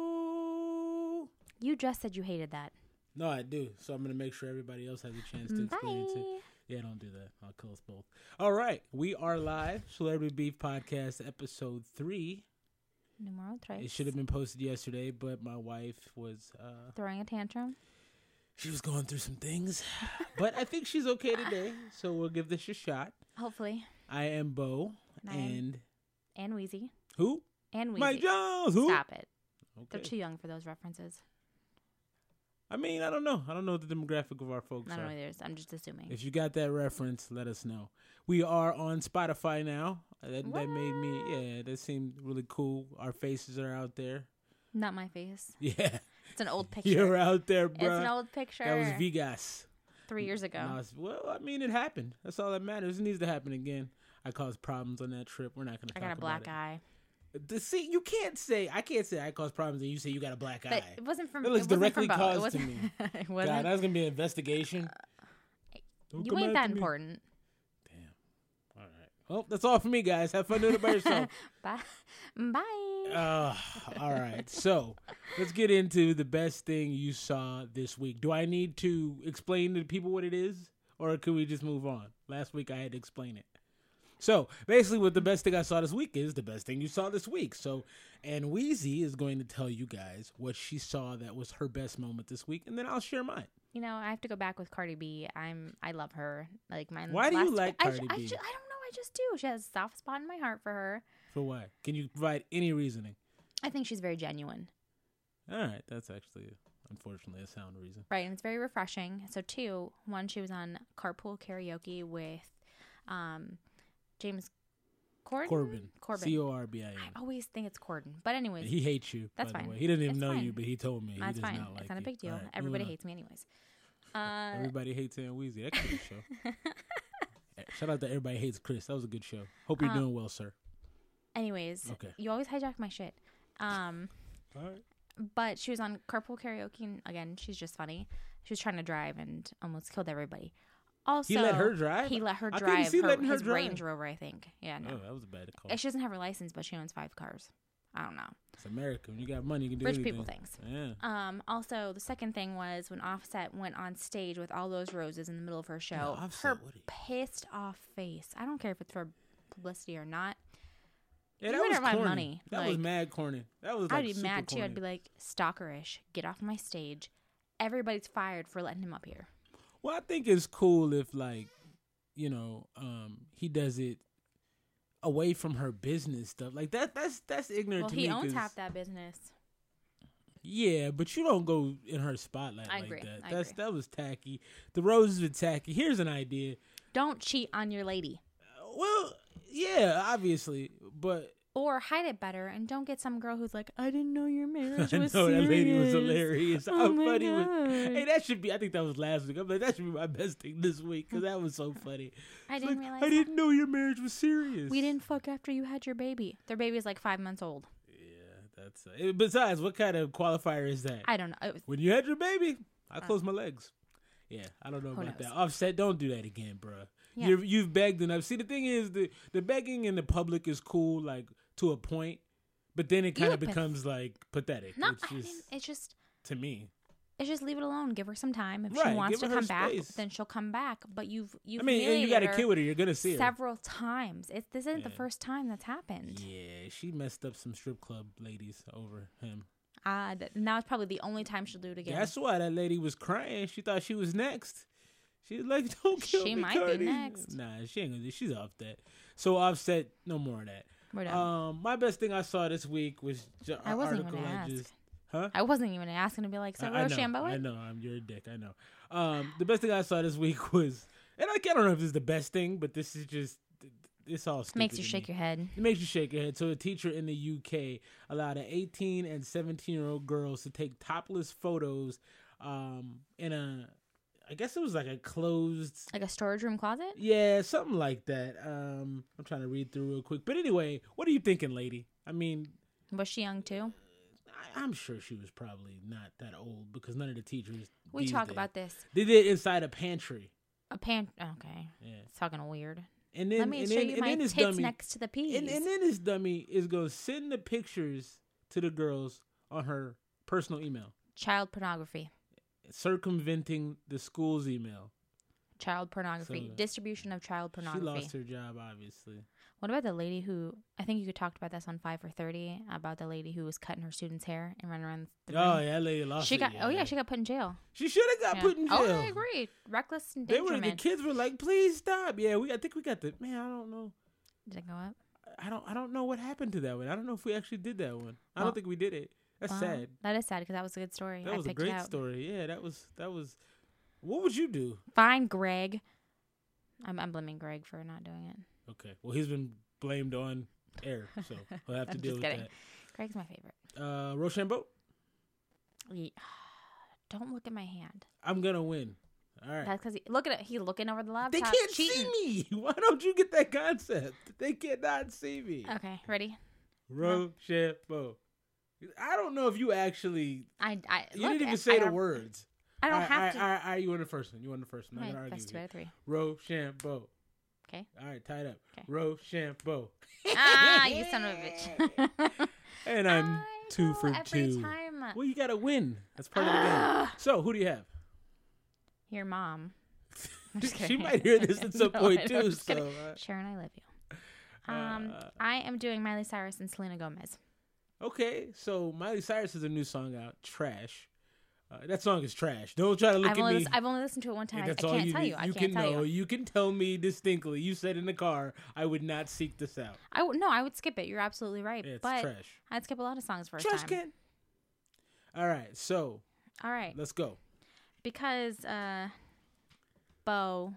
Hello. You just said you hated that. No, I do. So I'm gonna make sure everybody else has a chance to experience it. Yeah, don't do that. I'll kill us both. All right, we are live. Celebrity Beef Podcast, episode three. Numero tres. It should have been posted yesterday, but my wife was uh Throwing a tantrum. she was going through some things, but I think she's okay today. So we'll give this a shot. Hopefully. I am Bo And I am- and And Wheezy. who? And Wheezy. Mike Jones. Who? Stop it. They're Okay. too young for those references. I mean, I don't know. I don't know what the demographic of our folks I don't are. know either. so I'm just assuming. If you got that reference, let us know. We are on Spotify now. That that made me yeah, that seemed really cool. Our faces are out there. Not my face. Yeah. It's an old picture. You're out there, it's an bro. old picture. That was Vegas. Three years ago. And I was- well, I mean it happened. That's all that matters. It needs to happen again. I caused problems on that trip. We're not gonna I talk got a black about eye. it. The- see you can't say I can't say I caused problems and you say you got a black But eye. it wasn't from That it looks wasn't from directly Bo. caused it wasn't, to it God, wasn't that's gonna be an investigation. Don't Uh, you come ain't that after me. important. All right. Well, that's all for me, guys. Have fun doing it by yourself. Bye. Bye. Uh, all right. So let's get into the best thing you saw this week. Do I need to explain to people what it is, or could we just move on? Last week I had to explain it. So basically, what the best thing I saw this week is the best thing you saw this week. So, and Wheezy is going to tell you guys what she saw that was her best moment this week, and then I'll share mine. You know, I have to go back with Cardi B. I'm I love her. Like my Why do you last- like I, Cardi I, B? ju- I don't know. I just do. She has a soft spot in my heart for her. For why? Can you provide any reasoning? I think she's very genuine, All right, that's actually unfortunately a sound reason. right? And it's very refreshing. So two, one, she was on Carpool Karaoke with um James Corden. Corbin. Corbin. C O R B I N. I always think it's Corden, but anyways, He hates you. That's by fine. The way. He doesn't even It's know you, fine. but he told me. that's he does fine. Not like it's not a you. big deal. All right, moving Everybody on. hates me, anyways. Uh, Everybody hates Aunt Weezy. That could be a show. Eh, Shout out to Everybody Hates Chris. That was a good show. Hope you're Uh, doing well, sir. anyways, Okay. you always hijack my shit. Um. All right. but she was on carpool karaoke and again she's just funny she was trying to drive and almost killed everybody also He let her drive? he let her I couldn't drive see her, letting her his drive. range rover i think yeah no Oh, that was a bad call. And she doesn't have her license but she owns five cars i don't know It's America. When you got money, you can do rich anything. people things Yeah. um also the second thing was when offset went on stage with all those roses in the middle of her show Offset, her what are you- pissed off face i don't care if it's for publicity or not Yeah, you that better was have my corny. money, That was like- mad corny. That was like I'd be super mad too. corny. I'd be like, stalkerish, get off my stage. Everybody's fired for letting him up here. Well, I think it's cool if like, you know, um, he does it away from her business stuff. Like that. That's that's ignorant Well, to he me. owns 'cause- half that business. Yeah, but you don't go in her spotlight I like agree. that. I That's agree. that was tacky. The roses were tacky. Here's an idea. Don't cheat on your lady. Uh, Well, yeah, obviously, but Or hide it better and don't get some girl who's like, I didn't know your marriage I know was that lady was serious." hilarious. Oh How my funny was- God. Hey, that should be. I think that was last week. I'm like, that should be my best thing this week because that was so funny. I It's didn't like, realize I didn't know your marriage was serious. we didn't fuck after you had your baby. Their baby is like five months old. Yeah, that's. Uh, besides, what kind of qualifier is that? I don't know. It was, when you had your baby, I closed my legs. Yeah, I don't know Who about knows? that. Offset, don't do that again, bruh. Yeah. You've, you've begged enough. See, the thing is, the the begging in the public is cool, like to a point, but then it kind were of path- becomes like pathetic. no, it's I just didn't, it's just, to me. it's just leave it alone. Give her some time. If Right, she wants give her to her come back, space. then she'll come back. But you've, you've I mean, and you humiliated got a her kid with her, you're gonna see her. several times. It's this isn't the Yeah. first time that's happened. Yeah, she messed up some strip club ladies over him. Ah, th- now it's probably the only time she'll do it again. That's why that lady was crying. She thought she was next. She was like, "Don't kill She me, might be Cardi." next. Nah, she ain't gonna. do- She's off that. So offset, no more of that. We're done. Um, my best thing I saw this week was j- I wasn't even article gonna I ask. just, huh? I wasn't even asking to be like, so I, I know, Rochambeau? I know, I'm your dick. I know. Um, the best thing I saw this week was, and I, I don't know if this is the best thing, but this is just, it's all stupid makes you to me. shake your head. It makes you shake your head. So, a teacher in the UK allowed an 18 and 17 year old girls to take topless photos um, in a, I guess it was like a closed, Like a storage room closet? yeah, something like that. Um, I'm trying to read through real quick. But anyway, what are you thinking, lady? I mean, Was she young too? I, I'm sure she was probably not that old because none of the teachers. We these talk days- about this. They did it inside a pantry. A pan. Okay. Yeah. It's talking weird. And then, Let me and show then, you and my then tits this dummy, next to the peas. and, and then this dummy is gonna send the pictures to the girls on her personal email, Child pornography. circumventing the school's email. Child pornography. So- uh, Distribution of child She pornography. lost her job, obviously. What about the lady who I think you talked about this on five for thirty about the lady who was cutting her students' hair and running around the room. Oh, yeah, that lady lost. she it, got oh yeah she got put in jail. She should have got Yeah. put in jail. Oh, I agree. Reckless They were endangerment. the kids were like, "Please stop." Yeah, we. I think we got the man. I don't know. Did it go up? I don't. I don't know what happened to that one. I don't know if we actually did that one. I Well- don't think we did it. That's Wow. sad. That is sad because that was a good story. That I was a picked it great out. story. Yeah, that was. That was. What would you do? Fine, Greg. I'm, I'm blaming Greg for not doing it. Okay. Well, he's been blamed on air, so we'll have to I'm deal just with kidding. Greg's my favorite. that. Uh, Rochambeau, Ye- Don't look at my hand. I'm gonna win. All right. That's because look at it. He's looking over the laptop. they can't cheating. see me. Why don't you get that concept? They cannot see me. Okay, ready? Rochambeau. I don't know if you actually. I I You look, didn't I- even say I the don't- words. I don't All right, have all right, All right, all right, you won the first one. You won the first one. I'm to. not Right, gonna argue That's with two you. out of three. Rochambeau. Okay. All right, tied up. Okay. Rochambeau. ah, you son of a bitch. And I'm I two know, for every two. time. Well, you gotta win. That's part of the game. Ah. So, who do you have? Your mom. I'm just she kidding. might hear this at some No, I point know, I'm too. just kidding. So, uh, Sharon, I love you. Um, Uh, I am doing Miley Cyrus and Selena Gomez. okay. So, Miley Cyrus has a new song out, "Trash." Uh, that song is trash. Don't try to look I've at only, me. lis- I've only listened to it one time. I, I That's all can't tell need- you. I can't can tell know. you. You can tell me distinctly. You said in the car, "I would not seek this out." I w- no, I would skip it. You're absolutely right. It's but trash. I'd skip a lot of songs first Trash time. can. All right, so All right, let's go. because uh, Bo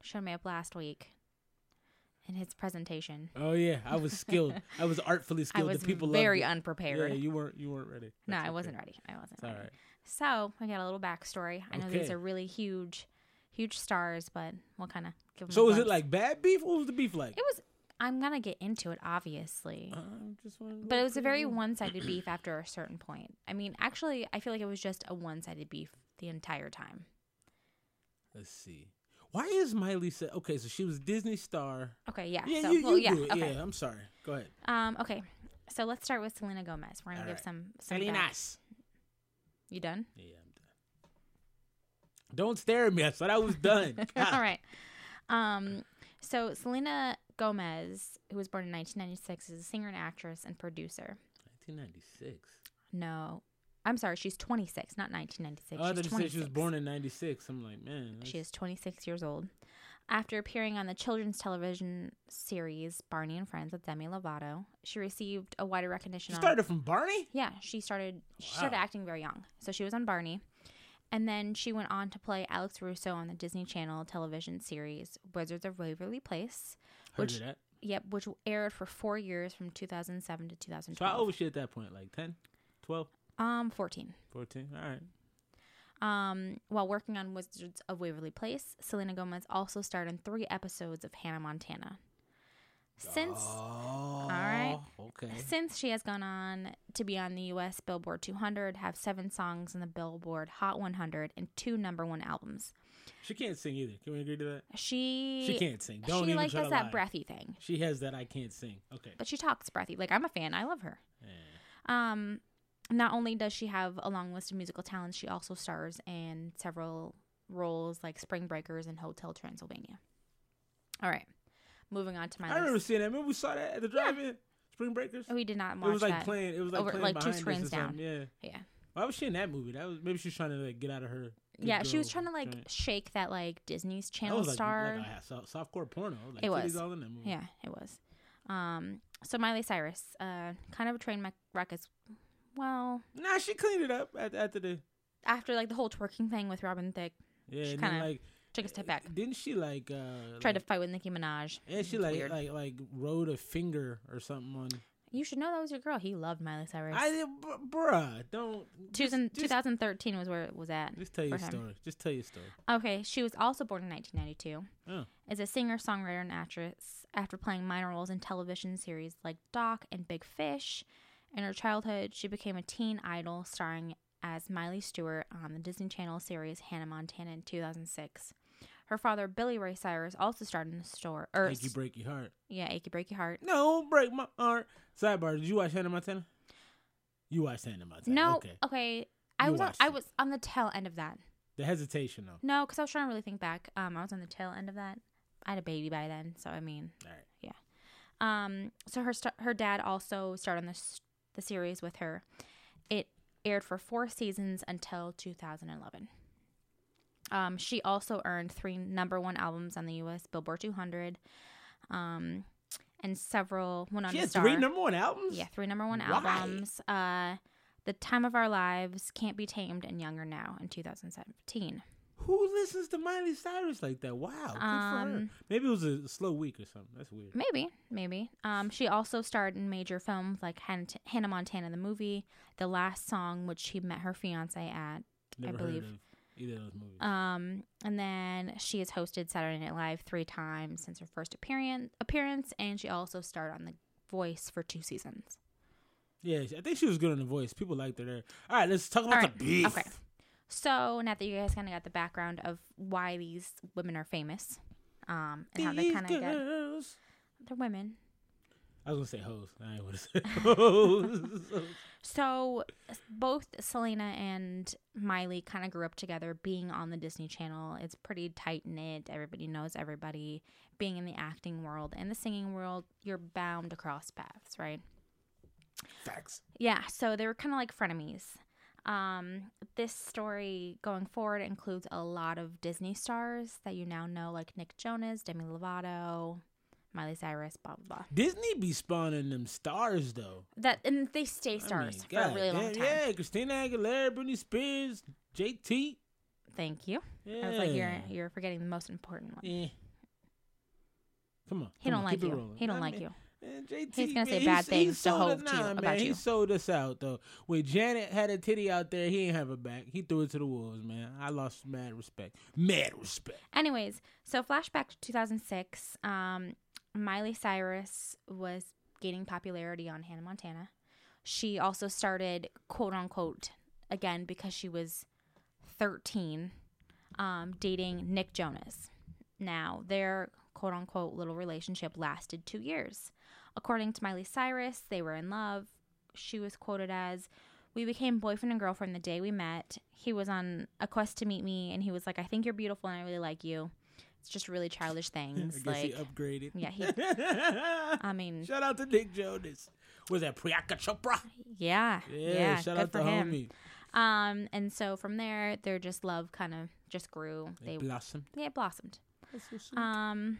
showed me up last week in his presentation. Oh yeah, I was skilled. I was artfully I skilled. was the people very loved it. unprepared. Yeah, you weren't. You weren't ready. no, That's I okay. wasn't ready. I wasn't It's all ready. right. So I got a little backstory. I know these Okay. are really huge, huge stars, but we'll kind of give them. So a was it glimpse. like bad beef? What was the beef like? Uh, It was. I'm gonna get into it, obviously. I'm just wondering But it what was a you very mean. one-sided beef after a certain point. I mean, actually, I feel like it was just a one-sided beef the entire time. Let's see. Why is Miley said? Okay, so she was Disney star. Okay, yeah. Yeah, so, you, well, you yeah. do it. Okay. Yeah, I'm sorry. Go ahead. Um. Okay. So let's start with Selena Gomez. We're gonna All give right. some. some back- Salinas. You done? Yeah, I'm done. Don't stare at me. I thought I was done. All right. Um. So Selena Gomez, who was born in 1996, is a singer and actress and producer. 1996. No, I'm sorry. She's 26, not Oh, 1996. I thought she's you said 26. she was born in '96. I'm like, man. She that's- is 26 years old. After appearing on the children's television series Barney and Friends with Demi Lovato, she received a wider recognition. She on- started from Barney. yeah, she started. She started Wow. acting very young. So she was on Barney, and then she went on to play Alex Russo on the Disney Channel television series Wizards of Waverly Place. Heard Which- of that. Yep, which aired for four years from 2007 to So how 2012. old was she at that point? Like 10, 12, um, 14. 14? All right. Um, while working on Wizards of Waverly Place, Selena Gomez also starred in three episodes of Hannah Montana. Since all right. Oh, Okay. since she has gone on to be on the U.S. Billboard 200, have seven songs in the Billboard Hot 100, and two number one albums. She can't sing either. Can we agree to that? She She can't sing. Don't she even like try does to that lie. breathy thing, She has that I can't sing. Okay. but she talks breathy. Like I'm a fan. I love her. Yeah. Um, not only does she have a long list of musical talents, she also stars in several roles like Spring Breakers and Hotel Transylvania. All right, moving on to my I remember list. seeing that. Remember we saw that at the drive-in Spring Breakers. We did not It watch was like that. playing. It was like over- playing like two behind us or screens something. Yeah. yeah, Why was she in that movie? That was maybe she was trying to like get out of her. good yeah. She was girl trying to like joint. shake that like Disney's That Channel was like, star. Like a soft, softcore porno. Like It titties was. all in that movie. yeah, it was. Um, so Miley Cyrus, uh, kind of a train wreck as well. Nah, she cleaned it up at, after the. After like the whole twerking thing with Robin Thicke, Yeah. She and then, kinda like took a step back, Didn't she like uh tried to like, fight with Nicki Minaj. And she It's like weird. like like rode a finger or something on. You should know that was your girl. He loved Miley Cyrus. I did- br- bruh, don't. Two thousand just- two thousand thirteen 2013 was where it was at. Just tell your for him. story. Just tell your story. Okay, she was also born in 1992. Oh. Is a singer, songwriter, and actress after playing minor roles in television series like Doc and Big Fish. In her childhood, she became a teen idol starring as Miley Stewart on the Disney Channel series Hannah Montana in 2006. Her father, Billy Ray Cyrus, also starred in the store. Or, Make you break your heart. yeah, Achy Breaky Heart. No, break my heart. Sidebar. Did you watch Hannah Montana? You watched Hannah Montana. No, okay. Okay. I You was on, watched I it. was on the tail end of that. The hesitation, though. No, because I was trying to really think back. Um, I was on the tail end of that. I had a baby by then, so I mean, All right. um, so her st- her dad also starred on the s- the series with her. It aired for four seasons until 2011. Um, she also earned three number one albums on the U.S. Billboard 200, um, and several one on She had star. three number one albums? Yeah, three number one Why? albums. Uh, the Time of Our Lives, Can't Be Tamed, and Younger Now in 2017. Who listens to Miley Cyrus like that? Wow. Good for her. Um, Maybe it was a slow week or something. That's weird. Maybe, maybe. Um, she also starred in major films like Han- Hannah Montana the movie, The Last Song, which she met her fiance at, Never believe. heard of either of those movies. um, and then she has hosted Saturday Night Live three times since her first appearance. Appearance, and she also starred on The Voice for two seasons. yeah, I think she was good on the voice. People liked her there. All right, let's talk about All right, the beef. okay. So now that you guys kind of got the background of why these women are famous, um, and how they These kind of get girls. they're women. I was gonna say hoes. I ain't wanna say hoes. So s- both Selena and Miley kind of grew up together being on the Disney Channel. It's pretty tight knit. Everybody knows everybody. Being in the acting world and the singing world, you're bound to cross paths, right? Facts. Yeah, so they were kind of like frenemies. Um, this story going forward includes a lot of Disney stars that you now know, like Nick Jonas, Demi Lovato, Miley Cyrus, blah blah blah. Disney be spawning them stars though. That and they stay I stars mean, for a God really long damn, time. Yeah, Christina Aguilera, Britney Spears, Jake T. Thank you. Yeah. I was like, you're you're forgetting the most important one. Yeah. Come on. come He don't on, like keep it you. rolling. He don't I like mean, you. Man, JT, He's gonna say man, bad he- he things to sold hold it- to you nah, man, about He you. sold us out though. When Janet had a titty out there, he ain't have her back. He threw it to the wolves, man. I lost mad respect. Mad respect. Anyways, so flashback to 2006. Um, Miley Cyrus was gaining popularity on Hannah Montana. She also started quote unquote again because she was 13, um, dating Nick Jonas. Now their quote unquote little relationship lasted two years. According to Miley Cyrus, they were in love. She was quoted as, We became boyfriend and girlfriend the day we met. He was on a quest to meet me, and he was like, I think you're beautiful and I really like you. It's just really childish I things. guess like, he upgraded. yeah, he- Um, I mean, shout out to Nick Jonas. Was that Priyanka Chopra? yeah. Yeah, Yeah, shout good out for to him. homie. Um, and so from there, their just love kind of just grew. They They blossomed. yeah, it blossomed. That's so sweet. Um,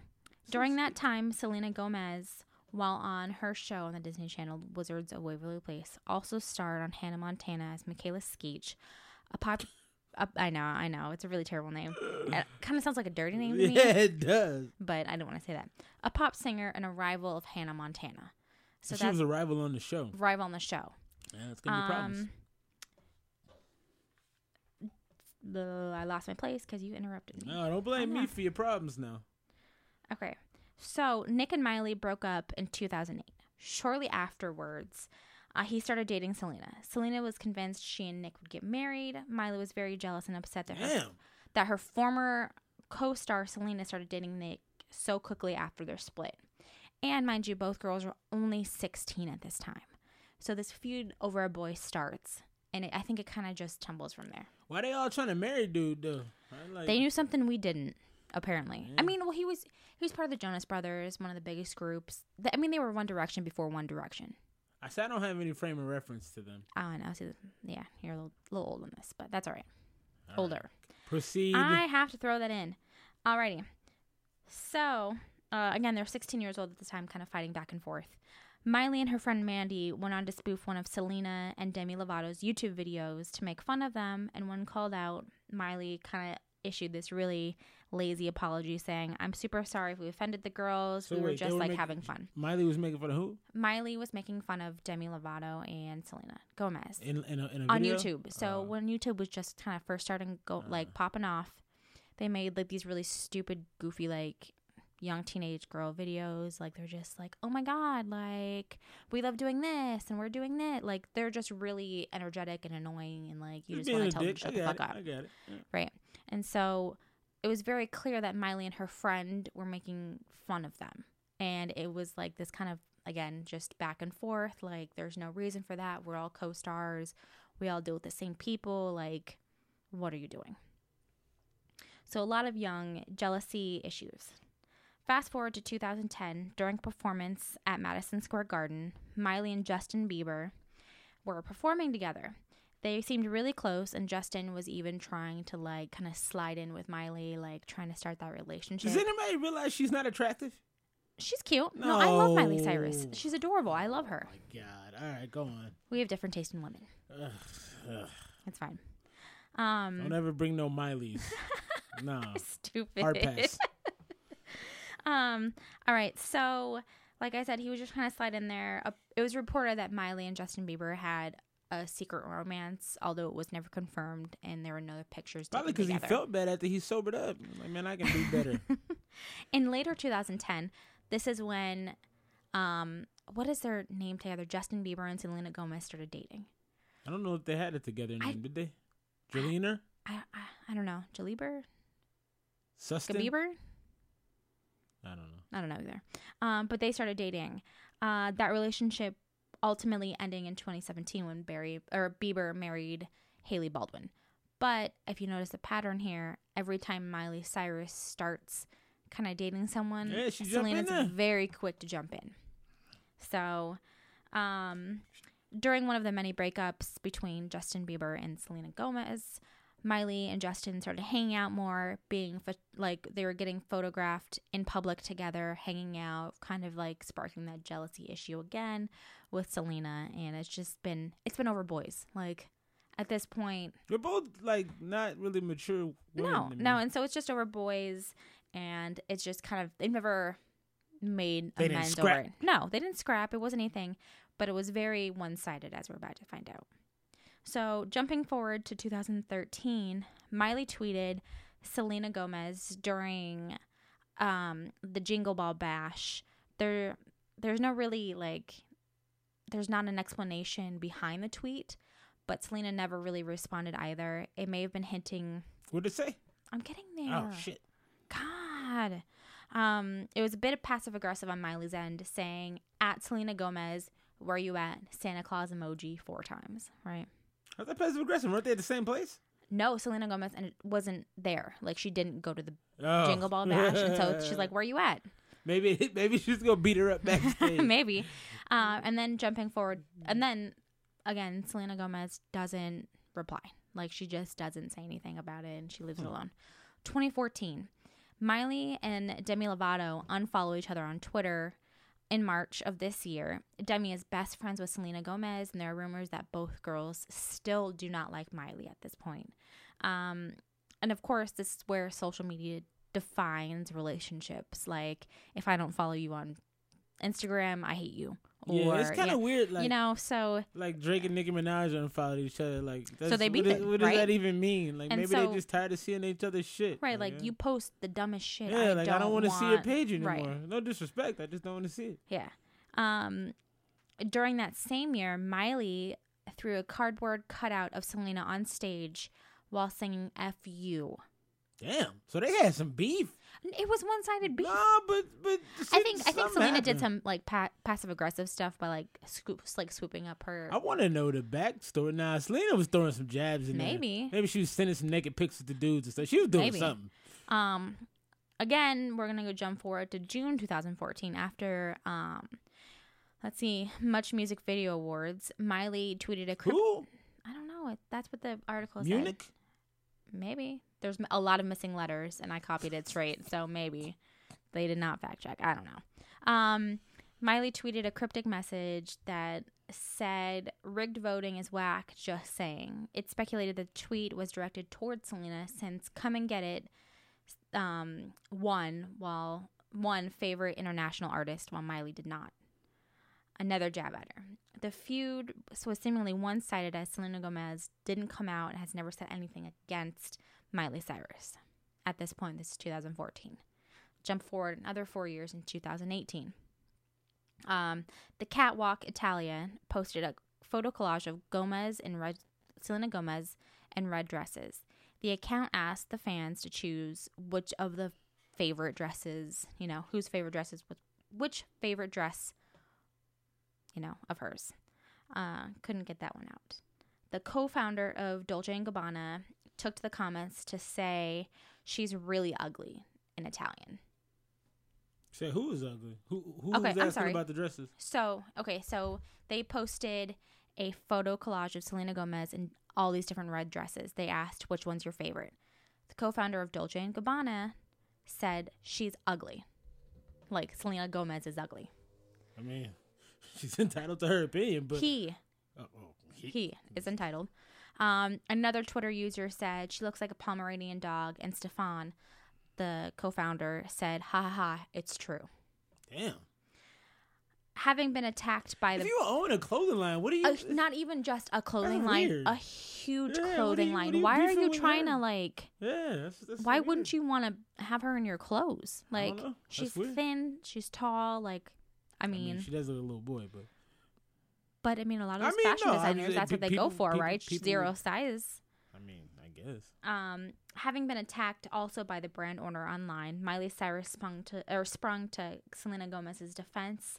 during that time, Selena Gomez, while on her show on the Disney Channel, Wizards of Waverly Place, also starred on Hannah Montana as Michaela Skeech, a pop. a- I know, I know, it's a really terrible name. It kind of sounds like a dirty name to me yeah, it does. but I didn't want to say that. A pop singer and a rival of Hannah Montana. So she that's Um, was a rival on the show. rival on the show. Yeah, it's gonna be problems. Um, the- I lost my place because you interrupted me. No, don't blame I'm me not- for your problems now. Okay. So Nick and Miley broke up in 2008. Shortly afterwards, uh, he started dating Selena. Selena was convinced she and Nick would get married. Miley was very jealous and upset that her, Damn. that her former co-star Selena started dating Nick so quickly after their split. And mind you, both girls were only 16 at this time. So this feud over a boy starts, and it, I think it kind of just tumbles from there. Why they all trying to marry dude though? I Like, They knew something we didn't, apparently. I mean, well, he was he was part of the Jonas Brothers, one of the biggest groups. Th- I mean, they were One Direction before One Direction. I said I don't have any frame of reference to them. Oh, and I see. Yeah, you're a little, little old on this, but that's all right. All right. Older. Proceed. I have to throw that in. Alrighty. So, uh, again, they're 16 years old at the time, kind of fighting back and forth. Miley and her friend Mandy went on to spoof one of Selena and Demi Lovato's YouTube videos to make fun of them, and when called out, Miley kind of issued this really lazy apology saying, I'm super sorry if we offended the girls. So we were wait, they just were like making- having fun. Miley was making fun of who? Miley was making fun of Demi Lovato and Selena Gomez In in a, in a on video? YouTube. Uh, So when YouTube was just kind of first starting go like popping off, they made like these really stupid, goofy like young teenage girl videos. Like they're just like, oh my god, like we love doing this and we're doing that. Like they're just really energetic and annoying, and like you Just just being a want to tell them dick. I to shut the got fuck it. up, I got it. Yeah. right? And so it was very clear that Miley and her friend were making fun of them, and it was like this kind of again, just back and forth. Like, there's no reason for that. We're all co stars. We all deal with the same people. Like, what are you doing? So, a lot of young jealousy issues. Fast forward to 2010, during a performance at Madison Square Garden, Miley and Justin Bieber were performing together. They seemed really close, and Justin was even trying to like kind of slide in with Miley, like trying to start that relationship. Does anybody realize she's not attractive? She's cute. No, I love Miley No. Cyrus. She's adorable. I love her. My God. All right, go on. We have different taste in women. Ugh, ugh. It's fine. Um, Don't ever bring no Miley's. no. stupid. Hard pass. Um. All right. So, like I said, he was just kind of slide in there. Uh, It was reported that Miley and Justin Bieber had a secret romance, although it was never confirmed, and there were no pictures Probably taken because he together. felt bad after he sobered up. Like, man, I can do better. in later 2010, this is when, um, what is their name together? Justin Bieber and Selena Gomez started dating. I don't know if they had it together, I- then, did they? Jelena? I I, I don't know. Jalieber, Sustin? Gabieber. I don't know. I don't know either. Um, but they started dating. Uh, that relationship ultimately ending in 2017 when Barry or Bieber married Haley Baldwin. But if you notice the pattern here, every time Miley Cyrus starts kind of dating someone, Yeah, she jump in Selena's there. very quick to jump in. So, um, during one of the many breakups between Justin Bieber and Selena Gomez, Miley and Justin started hanging out more, being pho- like they were getting photographed in public together, hanging out, kind of like sparking that jealousy issue again with Selena. And it's just been it's been over boys. Like at this point, They're both like not really mature. women no, to me. no. And so it's just over boys, and it's just kind of they've never made They didn't amends over scrap. it. No, they didn't scrap. It wasn't anything, but it was very one sided, as we're about to find out. So, jumping forward to 2013, Miley tweeted Selena Gomez during um, the Jingle Ball Bash. There, there's no really like, there's not an explanation behind the tweet, but Selena never really responded either. It may have been hinting. What'd it say? I'm getting there. Oh shit! God. Um, it was a bit of passive aggressive on Miley's end, saying at Selena Gomez, where you at? Santa Claus emoji four times, right? Are they passive aggressive? Weren't they at the same place? No, Selena Gomez and it wasn't there. Like she didn't go to the Oh. Jingle Ball Bash, and so she's like, "Where you at?" maybe maybe she's gonna beat her up backstage. Maybe. Uh, and then jumping forward, and then again, Selena Gomez doesn't reply. Like she just doesn't say anything about it, and she Hmm. leaves it alone. 2014, Miley and Demi Lovato unfollow each other on Twitter in March of this year. Demi is best friends with Selena Gomez, and there are rumors that both girls still do not like Miley at this point. Um, and of course, this is where social media defines relationships. Like, if I don't follow you on Instagram, I hate you. Or, yeah, it's kind yeah, of weird. Like you know, so like Drake and Nicki Minaj unfollowed each other. Like that's, they what beef is- it, What does right? that even mean? Like And maybe so- they just tired of seeing each other's shit. Right, like you post the dumbest shit. Yeah, like I don't want to see your page anymore. Right. No disrespect, I just don't want to see it. Yeah. Um, during that same year, Miley threw a cardboard cutout of Selena on stage while singing "F you." Damn. So they had some beef. It was one-sided beef. Nah, but but I think I think something Selena did happened. some like pa- passive aggressive stuff by like scoops like swooping up her. I want to know the backstory. Nah, Selena was throwing some jabs in there. Maybe. Maybe she was sending some naked pics to dudes and stuff. She was doing Maybe. something. Um, again, we're gonna go jump forward to June 2014 after um, let's see, Much Music Video Awards. Miley tweeted a crypt- Who? I don't know. It- That's what the article said. Munich? Maybe there's m- a lot of missing letters, and I copied it straight, so maybe they did not fact check. I don't know. Um, Miley tweeted a cryptic message that said, "Rigged voting is whack." Just saying. It speculated the tweet was directed towards Selena, since "Come and Get It" um, won while one favorite international artist, while Miley did not another jab at her. The feud was seemingly one sided as Selena Gomez didn't come out and has never said anything against Miley Cyrus. At this point, this is 2014. Jump forward another four years in 2018. Um, the Catwalk Italia posted a photo collage of Gomez in red, Selena Gomez in red dresses. The account asked the fans to choose which of the favorite dresses, you know, whose favorite dresses was which favorite dress you know, of hers. Uh, couldn't get that one out. The co-founder of Dolce and Gabbana took to the comments to say she's really ugly in Italian. Say who is ugly? Who who Okay, was I'm asking sorry. about the dresses? So, okay, so they posted a photo collage of Selena Gomez in all these different red dresses. They asked, which one's your favorite? The co founder of Dolce and Gabbana said, she's ugly. Like, Selena Gomez is ugly. I mean, she's entitled to her opinion, but he, oh, oh, he- he is entitled. Um, another Twitter user said, she looks like a Pomeranian dog. And Stefan, the co founder, said, ha ha ha, it's true. damn. Having been attacked by If the you own a clothing line, what do you? a, not even just a clothing That's line, weird. a huge Yeah, what do clothing you- what line. do you Why are beefing you with trying to her? like? yeah, that's, that's Why weird. wouldn't you want to have her in your clothes? I don't Like know. That's she's weird. thin, she's tall. Like I I mean, mean, she does look a little boy, but but I mean, a lot of I those mean, fashion no, I'm designers, saying that's what they people- go for, people- right? people Zero would- size. I mean, I guess. Um, having been attacked also by the brand owner online, Miley Cyrus sprung to or sprung to Selena Gomez's defense.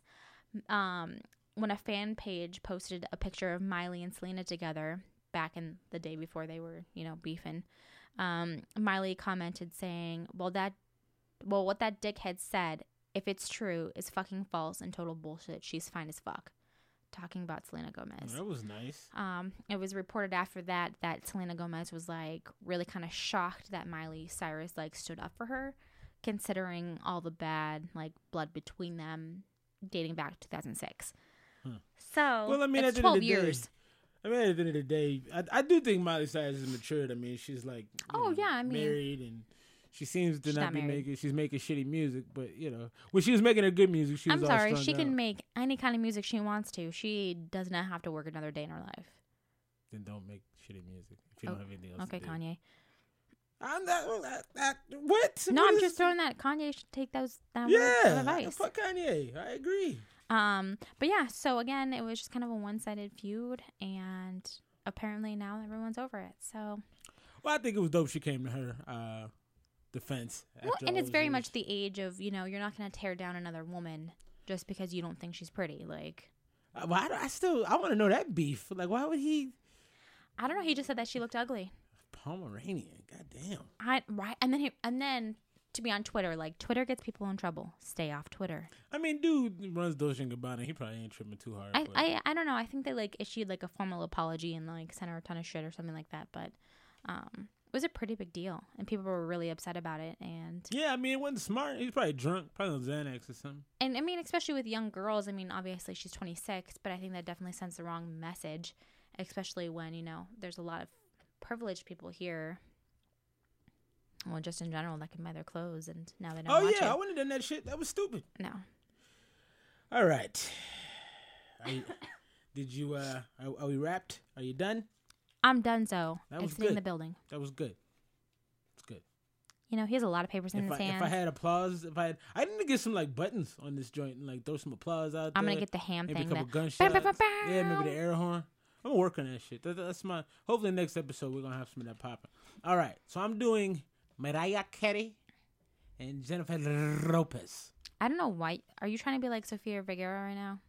Um, when a fan page posted a picture of Miley and Selena together back in the day before they were, you know, beefing, um, Miley commented saying, "Well, that, well, what that dickhead said, if it's true, is fucking false and total bullshit. She's fine as fuck." Talking about Selena Gomez. That was nice. Um, it was reported after that that Selena Gomez was like really kind of shocked that Miley Cyrus like stood up for her, considering all the bad like blood between them dating back to 2006. Hmm. So Well, I mean, it's at the end 12 of the day, years. I mean, at the end of the day, I, I do think Miley Cyrus is matured. I mean, she's like, you know, Oh, yeah, I mean- married and she seems to She's not, not be married. making. She's making shitty music, but you know, when she was making her good music, she was I'm all sorry, strung she can out. make any kind of music she wants to. She does not have to work another day in her life. Then don't make shitty music if you Oh, don't have anything else. Okay, to do. Kanye. I'm not. I, I, what? No, What I'm is- just throwing that Kanye should take those that word- that Yeah, I- advice. fuck Kanye. I agree. Um, but yeah, so again, it was just kind of a one-sided feud, and apparently now everyone's over it. So, Well, I think it was dope she came to her uh, defense. well, after all and it's those very years. much the age of you know you're not gonna tear down another woman just because you don't think she's pretty. Like Uh, Well, I, don't- I still I want to know that beef. Like, why would he I don't know, he just said that she looked ugly. Pomeranian? Goddamn. I right, and then he, and then to be on Twitter, like Twitter gets people in trouble. Stay off Twitter. I mean, dude runs Dolce and Gabbana. He probably ain't tripping too hard. I, but- I I don't know. I think they like issued like a formal apology and like sent her a ton of shit or something like that. But um, it was a pretty big deal, and people were really upset about it. And yeah, I mean, it wasn't smart. He's probably drunk, probably on Xanax or something. and I mean, especially with young girls, I mean, obviously she's 26, but I think that definitely sends the wrong message, especially when, you know, there's a lot of privileged people here. Well, just in general, that can buy their clothes, and now they don't oh watch yeah, I it. wouldn't have done that shit. That was stupid. No. All right. Are you, did you? uh are, are we wrapped? Are you done? I'm done, so That was exiting good. the building. That was good. It's good. You know, he has a lot of papers in If his I, if hands. I had applause, if I had, I need to get some like buttons on this joint and like throw some applause out. I'm going there. to get the ham maybe a thing. couple that- gunshots. Bow, bow, bow, Yeah, maybe bow. the air horn. I'm gonna work on that shit. That, that's my. Hopefully, next episode we're gonna have some of that popping. All right, so I'm doing Mariah Carey and Jennifer Lopez. I don't know why. Are you trying to be like Sofia Vergara right now?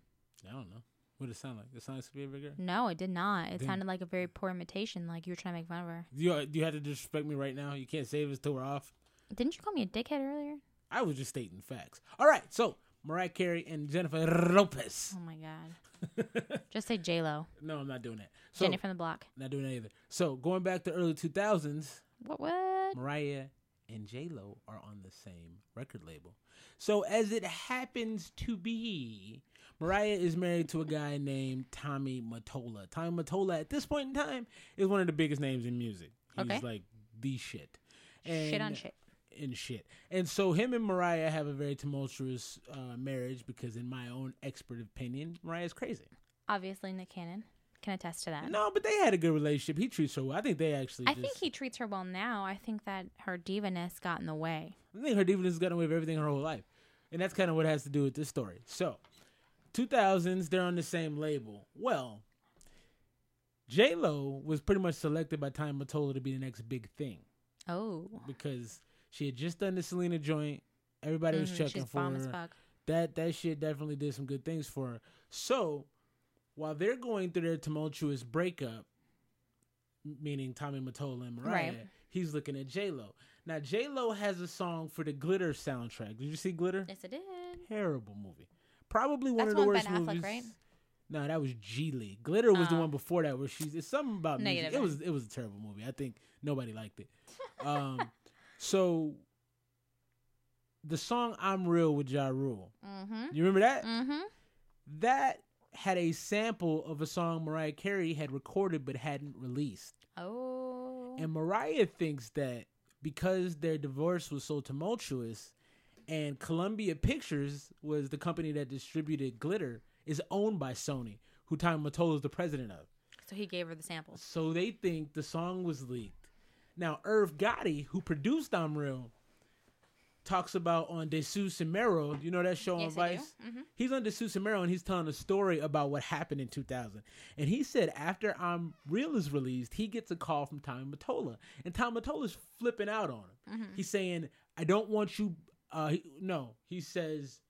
I don't know. What does it sound like? It sounds like Sophia Vergara. No, it did not. It Then- sounded like a very poor imitation, like you were trying to make fun of her. Do you, do you have to disrespect me right now? You can't save us till we're off. Didn't you call me a dickhead earlier? I was just stating facts. All right, so Mariah Carey and Jennifer Lopez. Oh my god. Just say J Lo. No, I'm not doing that. So, Jenny from the block. Not doing that either. So going back to early 2000s, What what? Mariah and J Lo are on the same record label. So as it happens to be, Mariah is married to a guy named Tommy Mottola. Tommy Mottola at this point in time is one of the biggest names in music. He's Okay. like the shit. Shit on And- shit. and shit. And so him and Mariah have a very tumultuous uh, marriage because, in my own expert opinion, Mariah's crazy. Obviously Nick Cannon can attest to that. No, but they had a good relationship. He treats her well. I think they actually. I just, think he treats her well now. I think that her divaness got in the way. I think her diviness has gotten away with everything her whole life, and that's kind of what it has to do with this story. So, 2000s, they're on the same label. Well, J Lo was pretty much selected by Time Mottola to be the next big thing Oh. because she had just done the Selena joint. Everybody was Mhm, checking She's for bomb as her. fuck. that that shit definitely did some good things for her. So while they're going through their tumultuous breakup, m- meaning Tommy Mottola and Mariah, Right. he's looking at J Lo. Now J Lo has a song for the Glitter soundtrack. Did you see Glitter? Yes, I did. Terrible movie. Probably one That's of the one with worst Ben Affleck, movies. right? No, that was G League. Glitter was the Oh. one before that where she's it's something about music. Negative. It was it was a terrible movie. I think nobody liked it. Um, so the song "I'm Real" with Ja Rule. Mm-hmm. You remember that? Mm-hmm. That had a sample of a song Mariah Carey had recorded but hadn't released. Oh. And Mariah thinks that because their divorce was so tumultuous and Columbia Pictures was the company that distributed Glitter is owned by Sony, who Tommy Mottola is the president of. so he gave her the samples. So they think the song was leaked. Now, Irv Gotti, who produced I'm Real, talks about on Desu Cimero, you know that show on Yes, I do. Mm-hmm. Vice? He's on Desu Cimero and he's telling a story about what happened in 2000. And he said after I'm Real is released, he gets a call from Tommy Mottola. And Tommy Mottola's flipping out on him. Mm-hmm. He's saying, I don't want you. Uh, he- no, he says,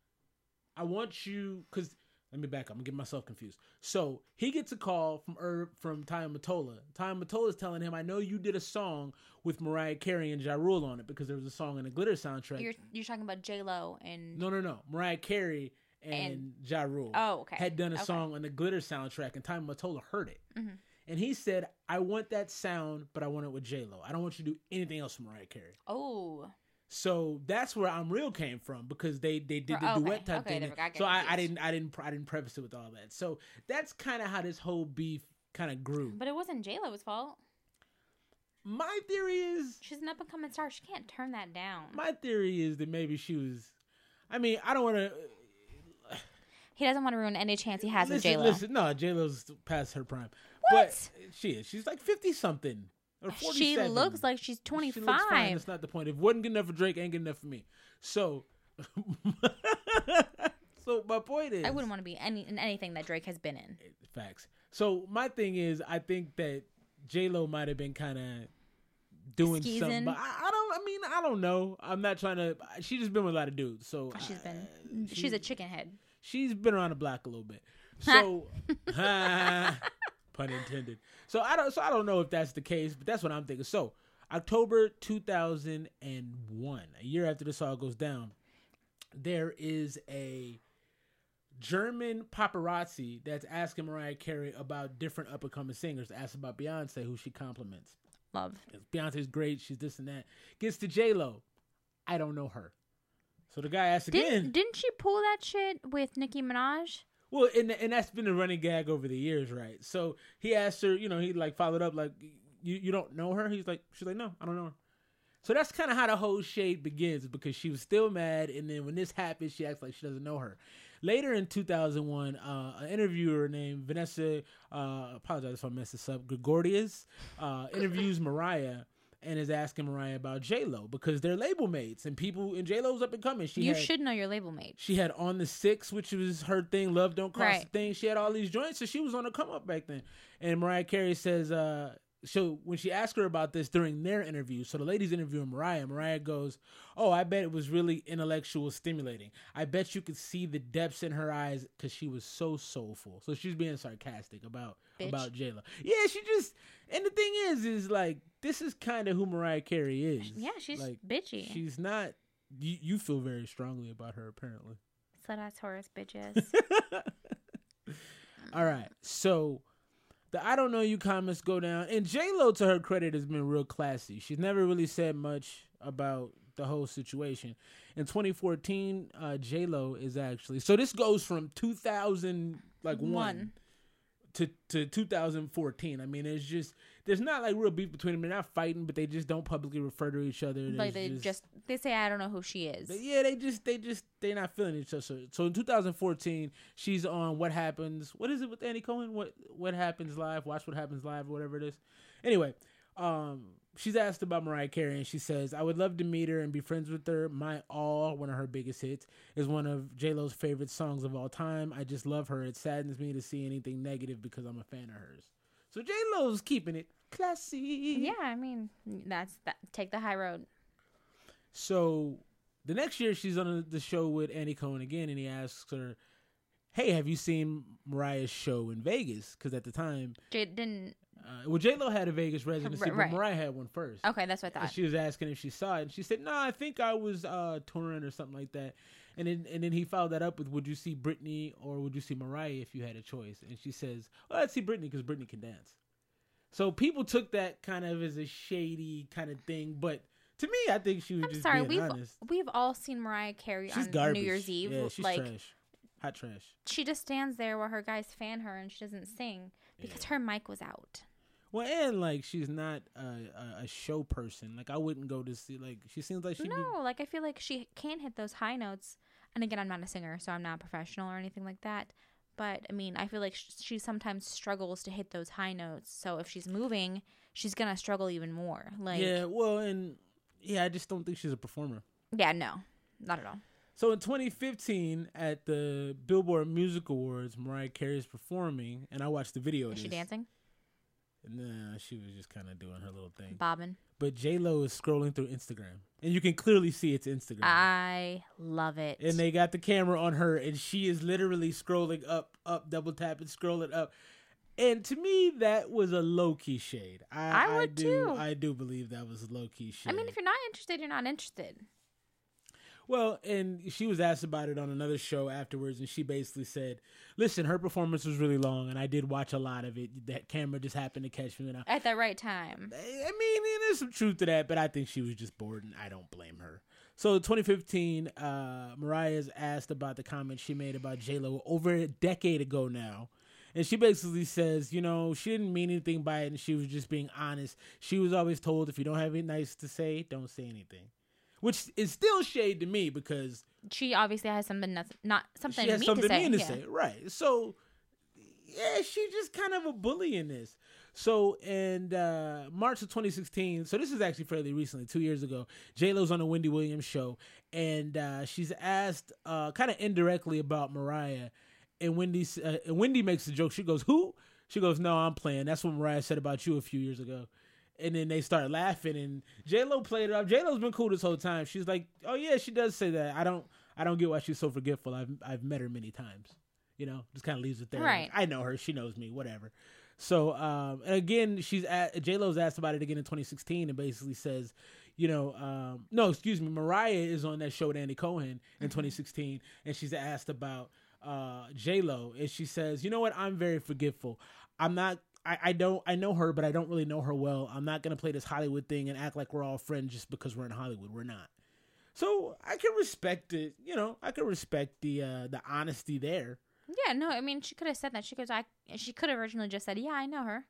I want you because let me back up. I'm getting myself confused. So he gets a call from Irv from Ty Matola. Ty Matola is telling him, "I know you did a song with Mariah Carey and Ja Rule on it because there was a song in the Glitter soundtrack." You're you're talking about J Lo and no, no, no. Mariah Carey and, Ja Rule oh okay had done a Okay. song on the Glitter soundtrack, and Ty Matola heard it, Mhm. and he said, "I want that sound, but I want it with J Lo. I don't want you to do anything else with Mariah Carey." Oh, So that's where I'm real came from because they they did Right, the okay, duet type okay, thing. there we go, I get so I, I confused. didn't I didn't I didn't preface it with all that. So that's kind of how this whole beef kind of grew. but it wasn't J Lo's fault. My theory is She's an up and coming star. She can't turn that down. my theory is that maybe she was. I mean I don't want to he doesn't want to ruin any chance he has with listen, J Lo. listen. No, J Lo's past her prime. What? But she is. She's like fifty something or forty. She looks like she's twenty She looks fine. five. That's not the point. If it wasn't good enough for Drake, ain't good enough for me. So. so my point is I wouldn't want to be any in anything that Drake has been in. Facts. So my thing is, I think that J Lo might have been kind of doing Skeezing. something, but I, I don't. I mean, I don't know. I'm not trying to. She's just been with a lot of dudes, so Oh, She's been uh, she's a chicken head. she's been around the block a little bit. So, pun intended. So I don't. So I don't know if that's the case, but that's what I'm thinking. So October 2001, a year after this all goes down, there is a German paparazzi that's asking Mariah Carey about different up and coming singers. Asked about Beyonce, who she compliments. Love. Beyonce's great. She's this and that. Gets to J Lo. I don't know her. So the guy asks again. Didn't didn't she pull that shit with Nicki Minaj? Well, and and that's been a running gag over the years, right? So he asked her, you know, he like followed up like, "You you don't know her?" He's like, she's like, "No, I don't know her." So that's kind of how the whole shade begins because she was still mad, and then when this happened, she acts like she doesn't know her. Later in 2001, uh, an interviewer named Vanessa, uh, apologize if I messed this up, Gregorius, uh, interviews Mariah and is asking Mariah about J Lo because they're label mates and people, and J Lo's up and coming. She you had- should know your label mate. she had on the six, which was her thing, love don't cost Right. a thing. She had all these joints, so she was on a come up back then. And Mariah Carey says, uh, so when she asked her about this during their interview, so the ladies interviewing Mariah, Mariah goes, "Oh, I bet it was really intellectual stimulating. I bet you could see the depths in her eyes because she was so soulful." So she's being sarcastic about Bitch. about Jayla. Yeah, she just and the thing is, is like this is kind of who Mariah Carey is. Yeah, she's like bitchy. she's not. You, you feel very strongly about her apparently. Slut ass Taurus bitches. All right. So the I don't know you comments go down. And J Lo to her credit has been real classy. She's never really said much about the whole situation. In 2014, uh J Lo is actually so this goes from 2000 like one, One. to to 2014. I mean, it's just there's not like real beef between them. They're not fighting, but they just don't publicly refer to each other. like There's they just, they say I don't know who she is. they- yeah, they just they just they're not feeling each other. So, so in 2014, she's on What Happens. What is it with Andy Cohen? What What Happens Live? Watch What Happens Live, or whatever it is. Anyway, um, she's asked about Mariah Carey, and she says, "I would love to meet her and be friends with her. My All, one of her biggest hits, is one of J Lo's favorite songs of all time. I just love her. It saddens me to see anything negative because I'm a fan of hers." So J Lo's keeping it classy. yeah, I mean that's that. Take the high road. So the next year she's on the show with Andy Cohen again, and he asks her, "Hey, have you seen Mariah's show in Vegas?" Because at the time, Jade didn't. uh, well, J Lo had a Vegas residency, right. but Mariah had one first. Okay, that's what I And thought. she was asking if she saw it, and she said, "No, I think I was uh, touring or something like that." And then and then he followed that up with, "Would you see Britney or would you see Mariah if you had a choice?" And she says, "Well, I'd see Britney because Britney can dance." So people took that kind of as a shady kind of thing, but to me, I think she was I'm just sorry. being We've honest. we've all seen Mariah Carey She's on garbage. New Year's Eve. yeah, she's like trash, hot trash. she just stands there while her guys fan her and she doesn't sing because her mic was out. Well, and like she's not a, a, a show person. Like I wouldn't go to see. Like she seems like she. no, like I feel like she can hit those high notes. And again, I'm not a singer, so I'm not professional or anything like that. But I mean, I feel like sh- she sometimes struggles to hit those high notes. So if she's moving, she's gonna struggle even more. Like, yeah. Well, and yeah, I just don't think she's a performer. yeah no, not at all. So in 2015, at the Billboard Music Awards, Mariah Carey is performing, and I watched the video. of Is she this. dancing? Nah, she was just kind of doing her little thing. Bobbin. But J Lo is scrolling through Instagram, and you can clearly see it's Instagram. I love it. and they got the camera on her and she is literally scrolling up up double tapping scrolling up and to me that was a low-key shade i, I would do, too. i do believe that was a low-key shade I mean, if you're not interested, you're not interested. well and she was asked about it on another show afterwards and she basically said listen her performance was really long and i did watch a lot of it that camera just happened to catch me and i At the right time. I mean, and there's some truth to that, but I think she was just bored, and I don't blame her. So, 2015, uh, Mariah is asked about the comments she made about J Lo over a decade ago now, and she basically says, you know, she didn't mean anything by it, and she was just being honest. She was always told, if you don't have anything nice to say, don't say anything, which is still shade to me because She obviously has something that's not something she has mean something to say. mean to Yeah. say, right? So, yeah, she's just kind of a bully in this. So, and uh, March of 2016, so this is actually fairly recently, two years ago. J Lo's on the Wendy Williams show, and uh, she's asked uh, kind of indirectly about Mariah, and Wendy s- uh, and Wendy makes the joke. She goes, "Who?" She goes, "No, I'm playing." That's what Mariah said about you a few years ago. And then they start laughing, and J Lo played it up. J Lo's been cool this whole time. She's like, "Oh yeah, she does say that." I don't, I don't get why she's so forgetful. I've, I've met her many times. You know, just kind of leaves it there. Right. I know her. She knows me. Whatever. So, um, and again, she's at J Lo's asked about it again in 2016, and basically says, you know, um, no, excuse me, Mariah is on that show with Andy Cohen in 2016, and she's asked about uh, J Lo, and she says, you know what, I'm very forgetful. I'm not. I, I don't I know her, but I don't really know her well. I'm not gonna play this Hollywood thing and act like we're all friends just because we're in Hollywood. We're not. So I can respect it, you know, I can respect the uh the honesty there. Yeah, no, I mean, she could have said that. She goes, I. She could have originally just said, "Yeah, I know her,"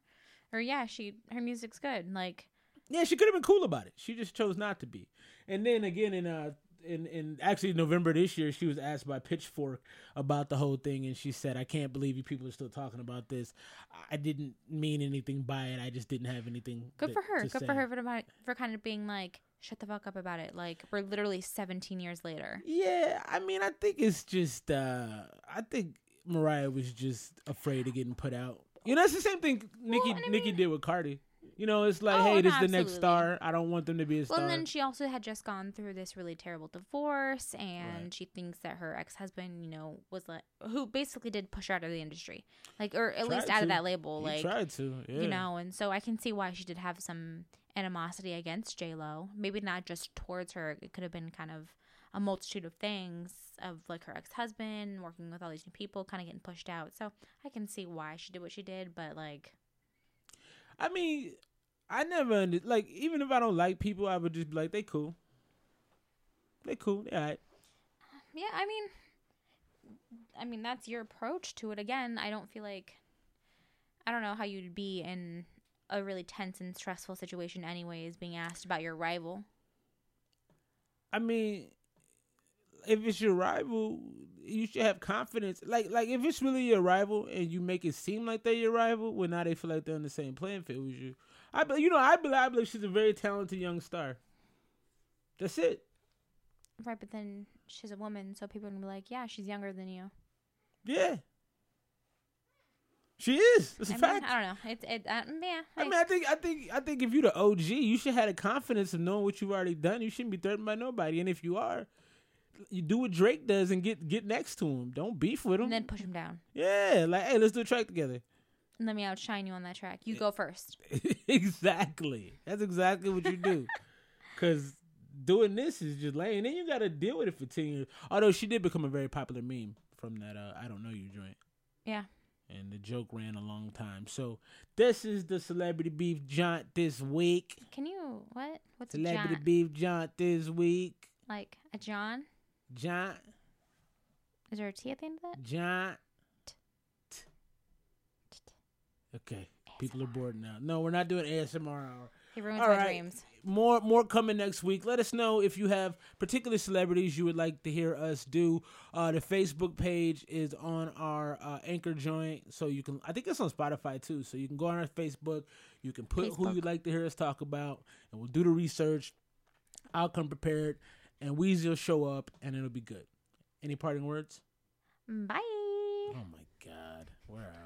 or "Yeah, she her music's good." Like, Yeah, she could have been cool about it. She just chose not to be. And then again in uh in, in actually November this year, she was asked by Pitchfork about the whole thing, and she said, "I can't believe you people are still talking about this. I- I didn't mean anything by it. I just didn't have anything." good that- for her. to Good say." for her for, about- for kind of being like, "Shut the fuck up about it." Like, we're literally 17 years later. Yeah, I mean, I think it's just, uh I think Mariah was just afraid of getting put out. You know, it's the same thing Nikki and I Nikki mean- did with Cardi. You know, it's like, Oh, hey, this no, is the next absolutely. star. I don't want them to be a Well, star. and then she also had just gone through this really terrible divorce, and Right. she thinks that her ex husband, you know, was like, who basically did push her out of the industry, like, or at least Tried out to. of that label, He like, tried to, yeah. you know. And so I can see why she did have some animosity against J Lo. Maybe not just towards her; it could have been kind of a multitude of things, of like her ex husband working with all these new people, kind of getting pushed out. So I can see why she did what she did, but like, I mean, I never under, like even if I don't like people, I would just be like, they cool. They cool. They all right. Yeah, I mean, I mean that's your approach to it. Again, I don't feel like I don't know how you'd be in a really tense and stressful situation, anyways, being asked about your rival. I mean, if it's your rival, you should have confidence. Like, like if it's really your rival and you make it seem like they're your rival, well, now they feel like they're on the same playing field as you. I, be- you know, I believe, I believe she's a very talented young star. That's it. Right, but then she's a woman, so people are gonna be like, "Yeah, she's younger than you." Yeah, she is. It's a I, mean, fact. I don't know. It's it. Uh, yeah. I mean, I think, I think, I think if you're the OG, you should have the confidence of knowing what you've already done. You shouldn't be threatened by nobody. And if you are, you do what Drake does and get get next to him. Don't beef with him. and then push him down. yeah, like hey, let's do a track together. And let me outshine you on that track. You go first. exactly. That's exactly what you do. Cause doing this is just lame. And then you gotta deal with it for ten years. Although she did become a very popular meme from that uh, I don't know you joint. Yeah. And the joke ran a long time. So this is the celebrity beef jaunt this week. Can you what? What's a Celebrity John? beef jaunt this week. Like a John? Jaunt, Is there a T at the end of that? jaunt. Okay, people are bored now. No, we're not doing ASMR hour. He ruins All my right. dreams. more more coming next week. Let us know if you have particular celebrities you would like to hear us do. Uh, the Facebook page is on our uh, anchor joint, so you can. I think it's on Spotify too, so you can go on our Facebook. You can put who Facebook. you'd like to hear us talk about, and we'll do the research. I'll come prepared, and Weezy will show up, and it'll be good. Any parting words? Bye. Oh my God, we're out.